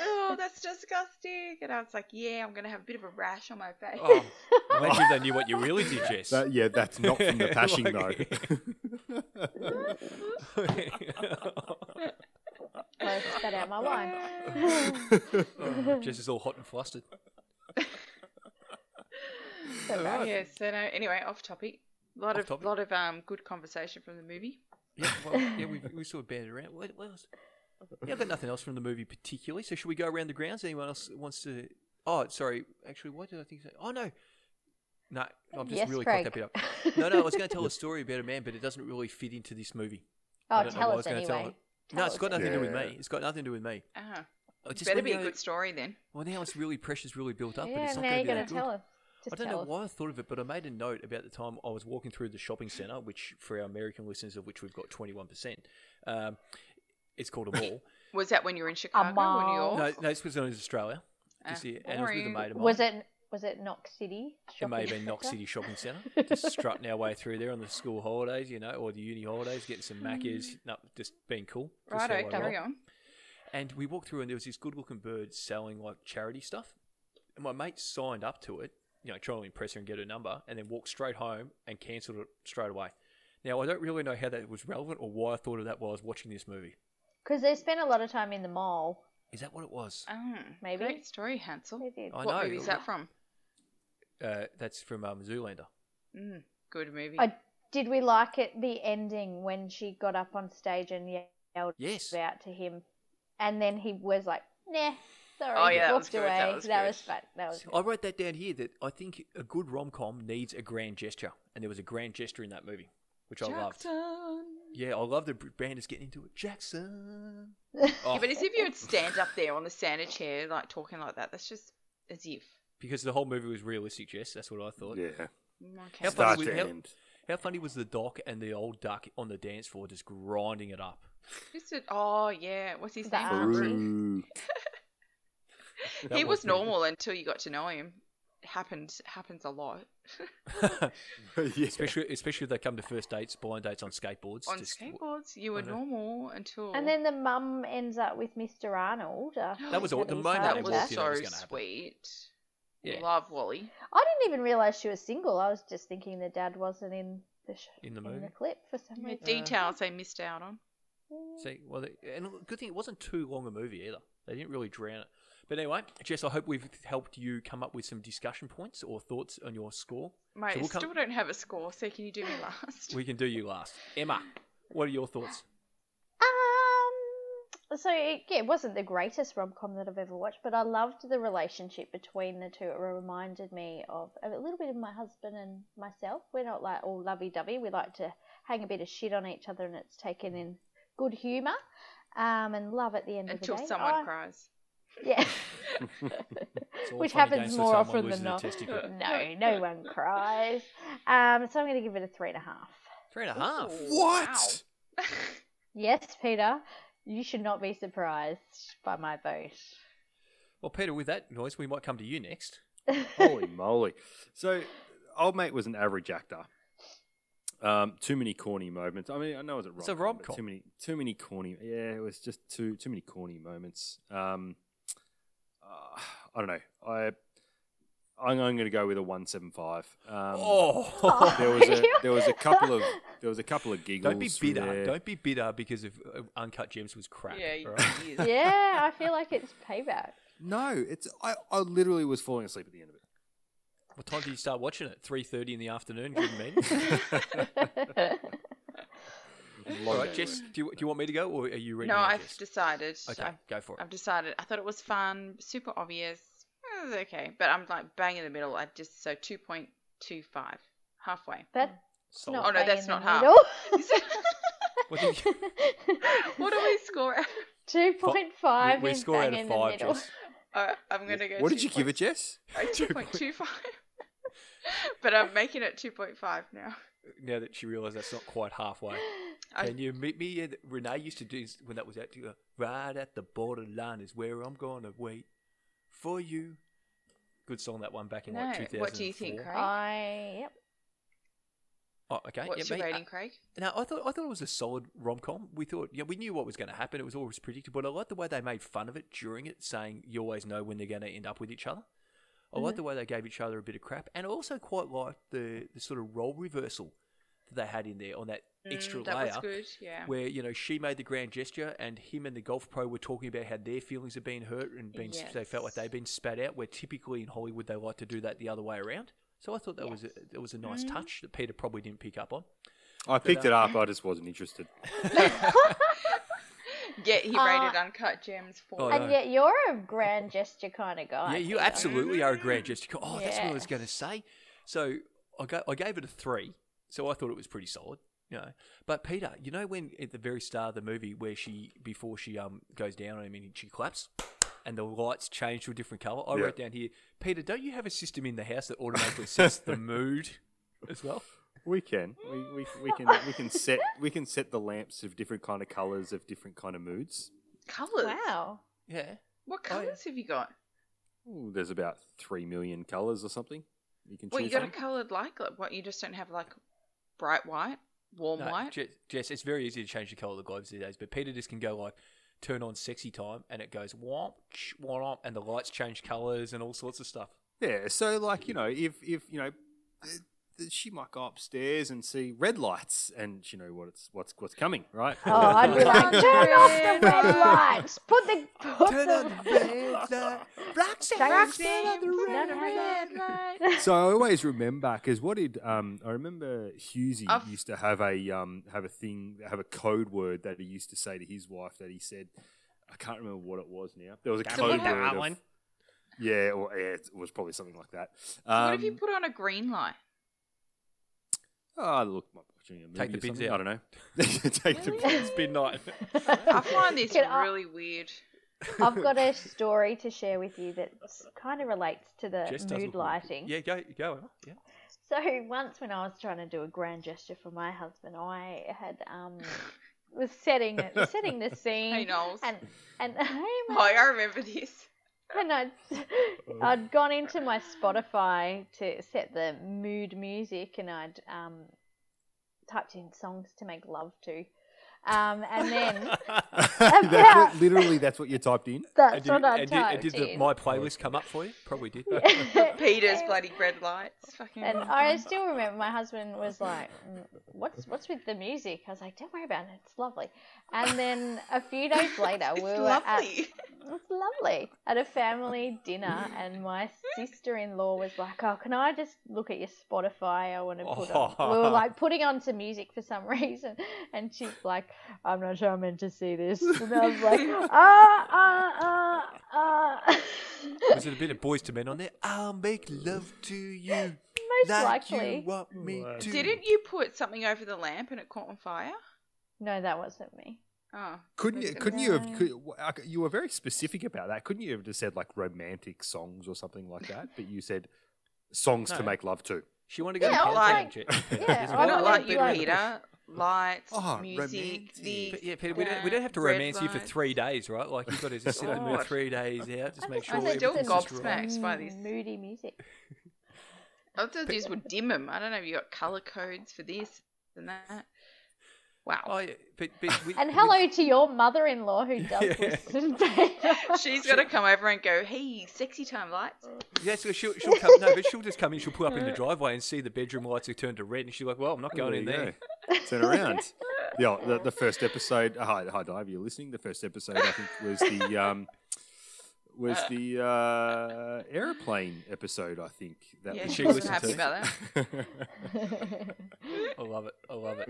S1: Oh,
S3: oh, that's disgusting. And I was like, yeah, I'm going to have a bit of a rash on my face.
S1: oh. Imagine if they knew what you really did, Jess.
S4: That, yeah, that's not from the pashing though.
S1: oh,
S2: I spat out my wine.
S1: Oh, Jess is all hot and flustered.
S2: So bad.
S3: Yeah, so no, anyway, off topic. A lot
S1: Off
S3: of
S1: topic.
S3: lot of um, good conversation from the movie.
S1: Yeah, well, yeah, we, we sort of banded around. What, what else? Yeah, I've got nothing else from the movie particularly. So should we go around the grounds? Anyone else wants to? Oh, sorry. Actually, what did I think? Oh no, no. I've just
S2: Yes,
S1: really
S2: Craig.
S1: caught that bit up. No, no. I was going to tell a story about a man, but it doesn't really fit into this movie. I
S2: Oh,
S1: don't know
S2: tell
S1: what I
S2: us
S1: was gonna
S2: anyway.
S1: tell her. no,
S2: Tell
S1: it's
S2: us
S1: got nothing to do with
S4: anyway.
S1: me. It's got nothing to do with me.
S3: Uh-huh.
S1: I just
S3: Better
S1: wanna
S3: be a
S1: know-
S3: good story then.
S1: Well, now it's really pressure's really built up, but
S2: Yeah,
S1: it's not
S2: now
S1: going to be
S2: you're gonna
S1: that good.
S2: tell us. Just
S1: I don't
S2: tell
S1: know
S2: us.
S1: why I thought of it, but I made a note about the time I was walking through the shopping centre, which for our American listeners, of which we've got 21%, um, it's called a mall.
S3: Was that when you were in Chicago or New
S2: mile.
S3: York?
S1: no, no, this was in Australia. This
S3: Oh. Ah,
S1: year, and I was with a
S3: boring.
S1: mate of mine.
S2: Was it was it Knox City?
S1: It may have
S2: shopping
S1: been Knox
S2: centre?
S1: City Shopping Centre. Just strutting our way through there on the school holidays, you know, or the uni holidays, getting some macca's, no, just being cool. just how I
S3: Hmm. Righto,
S1: roll.
S3: carry on.
S1: And we walked through, and there was this good looking bird selling like charity stuff. And my mate signed up to it, you know, trying to impress her and get her number, and then walked straight home and cancelled it straight away. Now, I don't really know how that was relevant or why I thought of that while I was watching this movie.
S2: Because they spent a lot of time in the mall.
S1: Is that what it was?
S3: Oh,
S2: Maybe.
S3: Great story, Hansel.
S2: They did.
S1: Oh, I
S3: what
S1: know.
S3: movie is that from?
S1: Uh, that's from um, Zoolander.
S3: Mm, good movie.
S2: I Did we like it? The ending when she got up on stage and yelled
S1: Yes.
S2: out to him, and then he was like, "Nah, sorry."
S3: Oh, yeah, that was
S2: walked
S3: good,
S2: away.
S3: that was good.
S2: fun. That was.
S1: So
S2: good.
S1: I wrote that down here that I think a good rom com needs a grand gesture, and there was a grand gesture in that movie, which I loved. Oh.
S3: Jackson.
S1: Yeah, I love the Brandon's getting into it. Jackson.
S3: Yeah,
S1: Oh,
S3: but as if you would stand up there on the standard chair, like talking like that. That's just as if.
S1: because the whole movie was realistic, Jess. That's what I thought.
S4: Yeah.
S3: Mm, Okay.
S1: How
S4: Start
S1: funny
S4: to
S1: was- how-
S4: end.
S1: How funny was the doc and the old duck on the dance floor just grinding it up?
S3: Just a- oh yeah, what's his
S2: The
S3: name?
S2: arm.
S3: Farouk.
S4: Ooh.
S1: That
S3: He was
S1: pretty good.
S3: normal until you got to know him. Happened happens a lot
S4: yeah.
S1: especially especially if they come to first dates, blind dates on skateboards.
S3: on
S1: just-
S3: skateboards. You were
S1: I know.
S3: normal until
S2: And then the mum ends up with Mr. Arnold. uh, after
S1: That was
S2: he's
S1: all-
S2: had
S1: the
S2: his
S1: moment
S2: heart
S3: that
S1: it
S3: was
S1: was,
S2: attack.
S1: you know,
S3: so
S1: it was gonna happen.
S3: sweet.
S1: Yeah.
S3: Love Wally.
S2: I didn't even realize she was single. I was just thinking the dad wasn't in the sh-
S1: In the
S2: in
S1: movie.
S2: the clip for some
S3: The
S2: reason.
S3: details they missed out on.
S1: See, well, they- and good thing it wasn't too long a movie either. They didn't really drown it. But anyway, Jess, I hope we've helped you come up with some discussion points or thoughts on your score.
S3: Mate,
S1: So
S3: I
S1: we'll come-
S3: still don't have a score, so can you do me last?
S1: We can do you last. Emma, what are your thoughts?
S2: Um, so it, yeah, it wasn't the greatest rom com that I've ever watched, but I loved the relationship between the two. It reminded me of a little bit of my husband and myself. We're not like all lovey dovey. We like to hang a bit of shit on each other, and it's taken in good humour. Um, and love at the end
S3: Until
S2: of the day.
S3: someone
S2: I-
S3: cries.
S2: Yeah.
S1: It's all
S2: Which
S1: fun and
S2: happens
S1: games till
S2: more
S1: someone
S2: often
S1: loses
S2: than
S1: a
S2: not.
S1: testicle.
S2: No, no one cries. Um, so I'm going to give it a three and a half.
S1: Three and a half.
S3: Ooh,
S4: What?
S3: wow.
S2: Yes, Peter, you should not be surprised by my vote.
S1: Well, Peter, with that noise, we might come to you next.
S4: Holy moly. So, old mate was an average actor. Um, too many corny moments. I mean, I know it was a rom.
S1: It's a rom-com.
S4: Too many, too many corny. Yeah, it was just too too many corny moments. Um, uh, I don't know. I I'm, going to go with a one seven five. Um,
S1: oh,
S4: there was a there was a couple of there was a couple of giggles.
S1: don't be
S4: through
S1: bitter.
S4: there.
S1: Don't be bitter because of uh, Uncut Gems was crap.
S3: yeah,
S1: all
S3: you
S1: right?
S3: he is.
S2: yeah, I feel like it's payback.
S4: No, it's I, I literally was falling asleep at the end of it.
S1: What time did you start watching it? Three thirty in the afternoon. Good man. All right, Jess, do you, do you want me to go, or are you ready?
S3: No,
S1: now,
S3: I've
S1: Jess?
S3: decided.
S1: Okay,
S3: I've,
S1: go for it.
S3: I've decided. I thought it was fun, super obvious. It was okay, but I'm like bang in the middle. I just so 2.25, halfway.
S2: That's
S1: Solid.
S2: not.
S3: Oh, no,
S2: bang
S3: that's
S2: in the
S3: not half.
S1: What do you-
S3: what do we score? at?
S2: Two point five.
S1: we, we
S2: is
S1: score out
S2: bang
S1: of
S2: in the
S1: five,
S2: middle.
S1: Jess.
S3: Uh, I'm gonna go. oh,
S4: What did you give it, Jess?
S3: 2.25. but I'm making it 2.5 now.
S1: Now that she realised that's not quite halfway.
S3: I-
S1: Can you meet me? At, Renee used to do this when that was out. To, go, right at the borderline is where I'm going to wait for you. Good song that one back in like
S3: No,
S1: 2004.
S3: what do you think, Craig?
S2: I yep.
S1: Oh, okay.
S3: What's
S1: yeah,
S3: your
S1: mate,
S3: rating, Craig?
S1: No, I thought I thought it was a solid rom com. We thought yeah, we knew what was going to happen. It was always predictable. I like the way they made fun of it during it, saying you always know when they're going to end up with each other. I
S3: Mm-hmm.
S1: like the way they gave each other a bit of crap, and I also quite liked the the sort of role reversal that they had in there on that extra
S3: Mm, that
S1: layer
S3: was good. Yeah.
S1: where you know she made the grand gesture and him and the golf pro were talking about how their feelings have been hurt and been they felt like
S3: Yes.
S1: they've been spat out where typically in hollywood they like to do that the other way around so i thought that was a, that was a nice
S3: Mm-hmm.
S1: touch that peter probably didn't pick up on
S4: I picked it up. I just wasn't interested.
S3: Yeah, he
S2: Uh,
S3: rated Uncut Gems for.
S1: Oh, no.
S2: And yet you're a grand gesture kind of guy.
S1: yeah you
S2: Peter.
S1: absolutely are a grand gesture oh that's what i was
S2: Yes.
S1: going to say so I, ga- I gave it a three so i thought it was pretty solid you know. but peter you know when at the very start of the movie where she before she um goes down on him and she claps and the lights change to a different color. I
S4: Yeah.
S1: wrote down here, Peter, don't you have a system in the house that automatically sets the mood as well?
S4: We can. We, we, we can we can set we can set the lamps of different kind of colours of different kind of moods.
S3: Colors.
S2: Wow.
S1: Yeah.
S3: What
S1: Oh, yeah.
S3: colors have you got?
S4: Ooh, there's about three million colours or something. You can
S3: Well, you
S4: choose
S3: got a
S4: from.
S3: coloured like like, what? You just don't have like bright white, warm
S1: No,
S3: white.
S1: Je- Jess, it's very easy to change the color of the globes these days, but Peter just can go like, turn on sexy time and it goes womp, ch- womp, and the lights change colors and all sorts of stuff.
S4: Yeah. So like you know if if you know th- she might go upstairs and see red lights, and she know what it's what's what's coming, right?
S2: Oh, I'd be like, turn off the red lights. Put the. Put
S1: Turn
S2: the
S1: on the red light. Roxanne,
S2: Shine
S1: Roxanne, on the
S2: bright.
S1: red
S2: Don't
S1: light.
S2: have
S4: so I always remember because what did um, I remember Husey
S3: I've-
S4: used to have a um, have a thing have a code word that he used to say to his wife that he said I can't remember what it was now. There was a
S1: Don't
S3: what
S4: code
S1: have
S4: word.
S1: that
S4: of-
S1: one.
S4: yeah, or yeah, it was probably something like that.
S3: what if you
S4: Um,
S3: put on a green light?
S4: Oh, look, my watching a movie
S1: Take the
S4: or
S1: bins
S4: something,
S1: out.
S4: I don't know. Take the
S3: Really?
S4: bins.
S1: It's been night.
S3: I find this
S2: Can I-
S3: really weird.
S2: I've got a story to share with you that kind of relates to the
S1: Jess doesn't
S2: mood
S1: want-
S2: lighting.
S1: Yeah, go, go. Emma. Yeah.
S2: So once when I was trying to do a grand gesture for my husband, I had um was setting setting the scene.
S3: Hey, Knowles.
S2: And and hey,
S3: Oh,
S2: mate.
S3: I remember this.
S2: and I'd, I'd gone into my Spotify to set the mood music and I'd um, typed in songs to make love to. Um, and then
S4: that's what, literally, that's what you typed in.
S2: that's
S1: And
S2: what
S1: did,
S2: I
S1: and did, and
S2: typed
S1: did the,
S2: in.
S1: my playlist come up for you? Probably did.
S3: Peter's bloody red lights. Fucking.
S2: And I still remember my husband was like, "Mm, "What's what's with the music?" I was like, "Don't worry about it. It's lovely." And then a few days later, we
S3: It's
S2: were at
S3: lovely.
S2: It's lovely. At a family dinner, and my sister in law was like, Oh, can I just look at your Spotify? I want to put on. We were
S1: Oh.
S2: like putting on some music for some reason. And she's like, I'm not sure I'm meant to see this. And I was like, Ah, ah, ah, ah.
S1: Was it a bit of boys to men on there? I'll make love to you.
S2: Most
S1: like You
S2: likely.
S1: want me
S4: Wow.
S1: to.
S3: Didn't you put something over the lamp and it caught on fire?
S2: No, that wasn't me.
S3: Oh,
S4: Couldn't you?
S3: That's
S4: Couldn't you
S2: Yeah.
S4: have? Could, I c- you were very specific about that. Couldn't you have just said like romantic songs or something like that? But you said songs to
S1: No.
S4: make love to.
S1: She wanted to go
S2: Yeah,
S1: to
S3: I
S1: Pantheon, Je- Jess.
S2: yeah,
S1: There's a
S2: I
S1: lot
S3: not
S1: of
S2: wanted
S3: like
S1: people
S3: you,
S2: like-
S1: that-
S3: Peter. Lights,
S4: Oh,
S3: music,
S4: romantic.
S3: the
S1: But yeah, Peter, we don't, we don't have to
S3: red
S1: romance you for
S3: lights.
S1: three days, right? Like you've got to just sit on there
S3: God.
S1: three days out, just
S2: I
S1: make
S2: just
S1: sure
S3: I'm
S2: wanted
S3: still
S1: everything's
S2: some
S1: just
S3: gobsmacked.
S1: right.
S3: by this.
S2: Mm, Moody music.
S3: I thought these would dim them. I don't know if you got color codes for this and that.
S1: Oh,
S3: Wow.
S1: yeah, but, but with,
S2: And
S1: with-
S2: hello to your mother in law who does
S1: Yeah.
S2: listen.
S3: She's got to come over and go, hey, sexy time lights.
S1: yeah, so she'll, she'll come. No, but she'll just come in. She'll pull up in the driveway and see the bedroom lights are turned to red, and she's like, "Well, I'm not going in
S4: There you
S1: there."
S4: go. Turn around. Yeah, the, the first episode. uh, Hi, hi, Dive. You're listening. The first episode I think was the um, was the uh, airplane episode. I think that
S3: Yeah,
S4: we
S1: she
S4: listened
S1: wasn't
S4: to.
S1: I love it. I love it.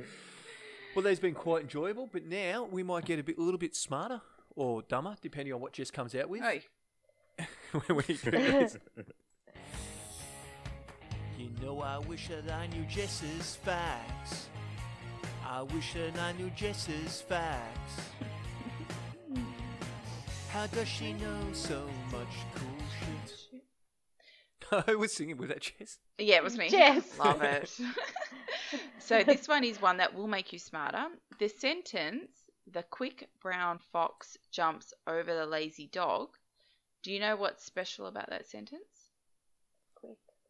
S1: Well, they've been quite enjoyable, but now we might get a bit, a little bit smarter or dumber, depending on what Jess comes out with.
S3: Oh,
S1: when we do this. You know, I wish that I knew Jess's facts. I wish that I knew Jess's facts. How does she know so much cool shit? I was singing with that Jess.
S3: yeah, it was me.
S2: Jess.
S3: Love it. so this one is one that will make you smarter. The sentence, the quick brown fox jumps over the lazy dog. Do you know what's special about that sentence?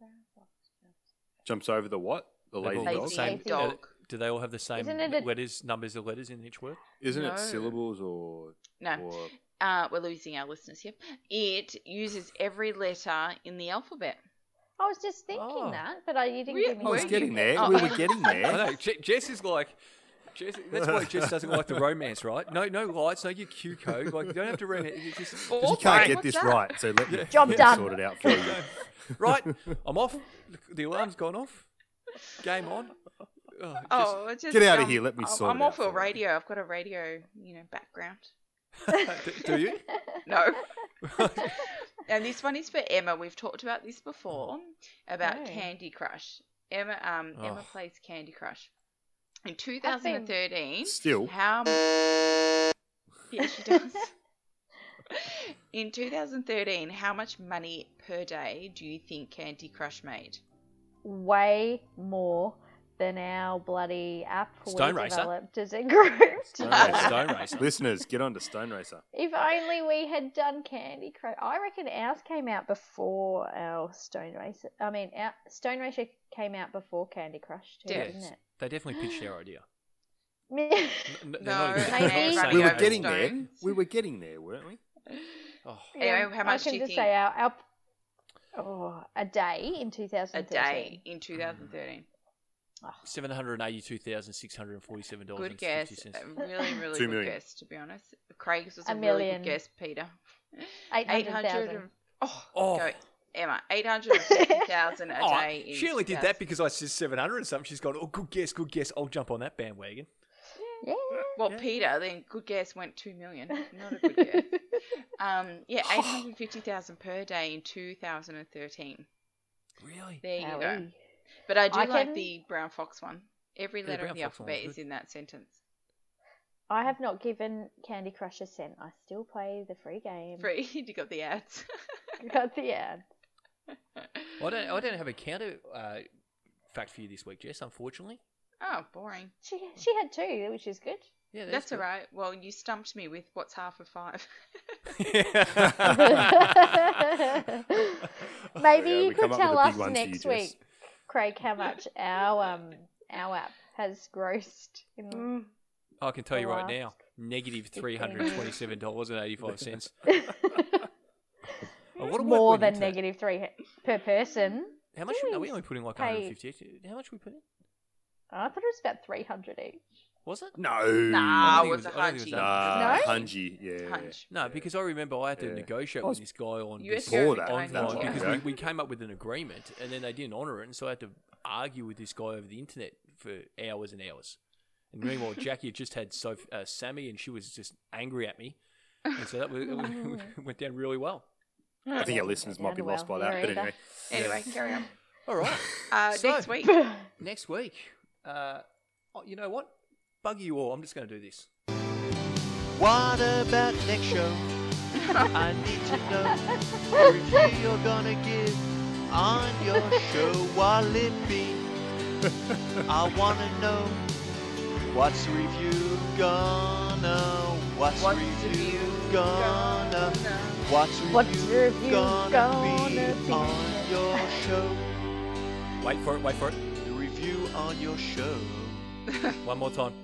S4: Jumps over the what? The
S1: They've
S4: lady
S1: all got
S4: dog.
S1: the
S3: Lazy
S1: same-
S3: dog.
S1: uh, Do they all have the same
S2: Isn't it a-
S1: letters, numbers of letters in each word?
S4: Isn't
S3: No.
S4: it syllables or
S3: No.
S4: or
S3: Uh, we're losing our listeners here. It uses every letter in the alphabet.
S2: I was just thinking
S1: Oh.
S2: that, but I, you didn't
S3: Really?
S2: give me.
S4: I
S3: Were
S4: was
S2: that.
S4: getting
S3: you-
S4: there.
S3: Oh,
S4: we
S3: yeah.
S4: were getting
S1: I
S4: there.
S1: know. Je- Jess is like. Jess, that's why Jess doesn't like the romance, right? No, no lights, no your Q code. Like you don't have to read it. It's just
S4: You
S3: Or
S4: can't get
S3: what's
S4: this
S3: that?
S4: right, so let me
S2: Job
S4: let me
S2: done.
S4: sort it out for you.
S1: right, I'm off. The alarm's gone off. Game on. Oh,
S3: Oh, it's just,
S4: Get outta here, let me
S3: I'm-
S4: sort
S3: I'm
S4: it
S3: off
S4: out
S3: for
S4: for you.
S3: radio. I've got a radio, you know, background.
S1: just- do, do you?
S3: No. and this one is for Emma. We've talked about this before about
S4: Oh.
S2: No.
S3: Candy Crush. Emma, um, Emma
S1: Oh.
S3: plays Candy Crush. In 2013,
S4: Still.
S3: how? Yeah, she does. In 2013, how much money per day do you think Candy Crush made?
S2: Way more than our bloody app
S1: Stone
S2: we
S1: Racer.
S2: developed as a group.
S4: Stone Racer.
S1: Stone Racer.
S4: Listeners, get onto Stone Racer.
S2: if only we had done Candy Crush. I reckon ours came out before our Stone Racer. I mean, our Stone Racer came out before Candy Crush, too,
S3: Yeah.
S2: didn't
S1: They definitely pitched their idea.
S2: it?
S1: N- n- they're
S3: No,
S1: not even-
S2: Maybe.
S1: they're not
S2: Running
S1: saying
S4: We were
S1: that.
S3: over
S4: getting there.
S3: stones.
S4: We were getting there, weren't we?
S1: Oh,
S3: Anyway, how much
S2: I
S3: do
S2: can
S3: you
S2: just
S3: think?
S2: say our, our oh, a day in
S3: A
S2: 2013.
S3: day in 2013.
S2: Oh,
S1: Seven hundred eighty-two thousand six hundred forty-seven dollars.
S3: Good guess. A really, really
S4: Two
S3: good
S4: million.
S3: guess, to be honest. Craig's was
S2: A
S3: a, really
S2: million.
S3: good guess, Peter.
S2: 800,000.
S3: and- Oh,
S1: Oh.
S3: Go, Emma. 850,000 a
S1: Oh,
S3: day. in
S1: she only did that
S3: 2000.
S1: because I said seven hundred and something. She's gone. Oh, good guess, good guess. I'll jump on that bandwagon.
S2: Yeah.
S3: Well,
S1: Yeah.
S3: Peter, then good guess went 2 million. Not a good guess. Um, yeah,
S1: Oh.
S3: 850,000 per day in 2013.
S1: Really?
S3: There you go.
S2: Owie.
S3: But I do
S2: I
S3: like
S2: can-
S3: the brown fox one. Every
S1: Yeah, the
S3: letter
S1: brown
S3: of the
S1: fox one was
S3: alphabet is
S1: good.
S3: in that sentence.
S2: I have not given Candy Crush a cent. I still play the free game.
S3: Free, you got the ads.
S2: Got the ad.
S1: Well, I don't. I don't have a counter uh, fact for you this week, Jess. Unfortunately.
S3: Oh, boring.
S2: She she had two, which is good.
S1: Yeah,
S3: That's, all right. Well, you stumped me with what's half of five.
S2: Maybe
S4: Yeah,
S2: you
S4: we
S2: could
S4: come up with
S2: tell
S4: a big
S2: us
S4: one for you,
S2: next
S4: Jess.
S2: week, Craig, how much our um our app has grossed. In...
S1: I can tell you
S2: The
S1: right
S2: last
S1: now, negative three hundred twenty-seven dollars and eighty-five cents. A lot of work
S2: More
S1: went
S2: than
S1: into that.
S2: negative three per person.
S1: How much?
S2: Jeez.
S1: Are we only putting like
S2: Hey.
S1: one hundred fifty? How much we put in?
S2: I thought it was about three hundred each.
S1: Was it?
S4: No.
S1: I
S3: Nah, it
S1: don't
S3: was
S1: think
S3: a
S1: it was- I don't think
S3: hunchie.
S1: it was that.
S4: Nah,
S2: No?
S4: uh, Hunji, yeah.
S3: Hunch.
S1: No, because I remember I had to
S4: Yeah.
S1: negotiate
S4: I
S1: with
S4: was
S1: this guy on
S3: US
S1: this
S3: Go
S4: Before that,
S3: Behind
S4: that
S1: online
S4: long
S3: Hunch.
S1: because
S4: ago.
S1: we, we came up with an agreement and then they didn't honour it, and so I had to argue with this guy over the internet for hours and hours. And meanwhile, Jackie had just had Soph- uh, Sammy, and she was just angry at me, and so that was, it went down really well.
S4: I think
S2: Yeah,
S4: our listeners
S2: it
S4: might be
S2: down well.
S4: lost by
S2: Yeah,
S4: that, but
S2: either.
S4: anyway.
S3: Anyway, carry on.
S1: All right,
S3: Uh,
S1: So-
S3: next week.
S1: next week, uh, oh, you know what? Bugger you all. I'm just going to do this.
S6: What about next show? I need to know a review you're gonna give on your show while it be. I wanna know what's the review gonna what's,
S3: What's the
S6: review
S3: review
S6: gonna
S3: gonna-
S6: what's
S2: What's the
S6: review
S2: review
S6: gonna,
S2: gonna
S6: be,
S2: be?
S6: on your show?
S1: Wait for it. Wait for it.
S6: The review on your show.
S1: One more time.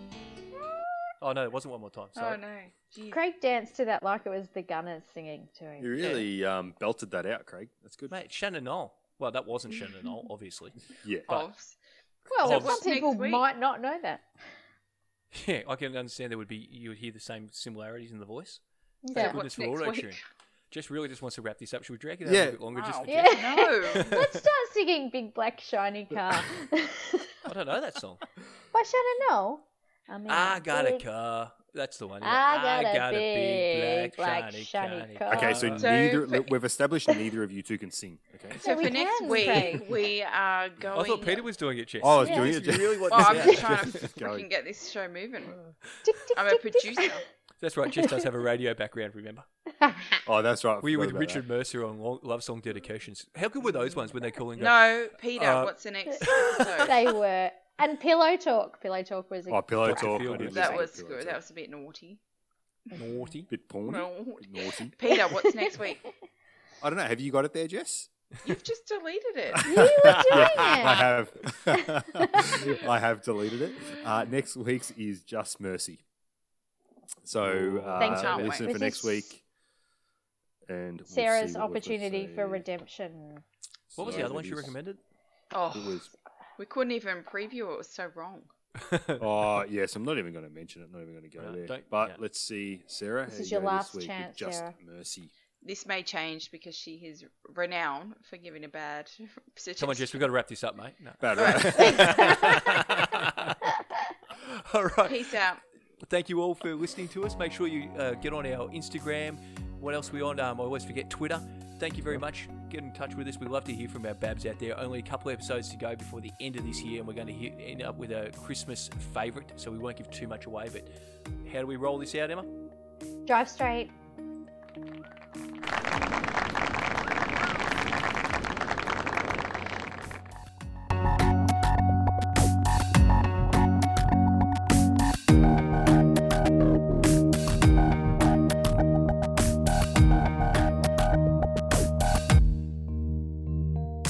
S1: Oh no, it wasn't one more time. Sorry.
S3: Oh, no. Jeez.
S2: Craig danced to that like it was the Gunners singing to him.
S4: You really um, belted that out, Craig. That's good.
S1: Mate, Shannon Knoll. Well, that wasn't Shannon Knoll, obviously.
S4: Yeah.
S3: Offs.
S2: Well,
S1: So
S2: some
S1: what's
S3: next
S2: people
S3: week?
S2: might not know that.
S1: Yeah, I can understand there would be you would hear the same similarities in the voice.
S2: Yeah.
S1: Thank goodness
S3: What's
S1: for
S3: next
S1: auto
S3: week?
S1: tune. Jess really just wants to wrap this up. Should we drag it out a
S4: Yeah.
S1: little bit longer just
S3: Wow.
S1: for
S2: Yeah.
S1: Jess?
S3: No.
S2: Let's start singing Big Black Shiny Car
S1: I don't know that song.
S2: by Shannon Knoll. I, mean,
S3: Ah,
S1: I got a
S2: big-
S1: car. That's the one. yeah.
S2: I got a big black shiny
S1: Oh,
S2: car.
S4: Okay, so
S3: So-
S4: neither look, we've established neither of you two can sing. Okay.
S3: So
S2: we
S3: for next
S2: can,
S3: week,
S2: Craig.
S3: we are going.
S1: I thought Peter was doing it, Jess.
S4: Oh, I was
S2: Yeah.
S4: doing it.
S1: really what
S3: Oh, I'm
S1: this is.
S3: just trying to
S4: Just going.
S3: fucking get this show moving.
S1: Oh,
S2: Tick, tick,
S3: I'm a
S2: tick, tick.
S3: producer.
S1: That's right. Jess does have a radio background. Remember,
S4: Oh, that's right. I
S1: we were
S4: forgot
S1: with
S4: about
S1: Richard Mercer on Lo- love song dedications. How good were those ones when they call in?
S3: No, Peter,
S1: Uh,
S3: what's the next episode?
S2: they were. And Pillow Talk. Pillow Talk was a
S4: That. Oh, pillow
S1: Dr.
S4: talk. I
S1: Phil
S4: did
S1: did
S4: listen
S3: that
S4: to
S1: Sorry,
S3: was
S4: Pillow
S3: good.
S4: Talk.
S3: That was a bit naughty.
S1: naughty.
S4: bit porny.
S3: No.
S4: Naughty.
S3: Peter, what's next week?
S4: I don't know. Have you got it there, Jess?
S3: You've just deleted it.
S2: You were doing
S4: I
S2: it.
S4: have. I have deleted it. Uh, next week's is Just Mercy. So uh,
S2: Thanks,
S3: Can't wait.
S4: listen
S2: This
S4: for
S2: is
S4: next week. And we'll see
S2: Sarah's
S4: what we've got to
S2: opportunity for
S4: say.
S2: redemption.
S1: What was
S4: So
S1: the other one
S4: it
S1: she
S4: is-
S1: recommended?
S4: It
S3: Oh,
S4: was.
S3: we couldn't even preview it. It was so wrong.
S4: Oh yes, I'm not even going to mention it. Not even going to go
S1: No,
S4: there.
S1: don't-
S4: But
S1: yeah.
S4: let's see, Sarah.
S2: This
S4: how
S2: is
S4: you
S2: your
S4: go
S2: last
S4: week with
S2: chance,
S4: Just
S2: Sarah.
S4: Mercy.
S3: This may change because she is renowned for giving a bad
S1: Come on,
S3: suggestion.
S1: Jess, we've got to wrap this up, mate. No.
S4: Bad
S1: All right.
S3: Peace out.
S1: Thank you all for listening to us. Make sure you uh, get on our Instagram. What else we on? Um, I always forget Twitter. Thank you very much. Get in touch with us. We'd love to hear from our babs out there. Only a couple episodes to go before the end of this year, and we're going to hit, end up with a Christmas favourite. So we won't give too much away. But how do we roll this out, Emma?
S2: Drive straight,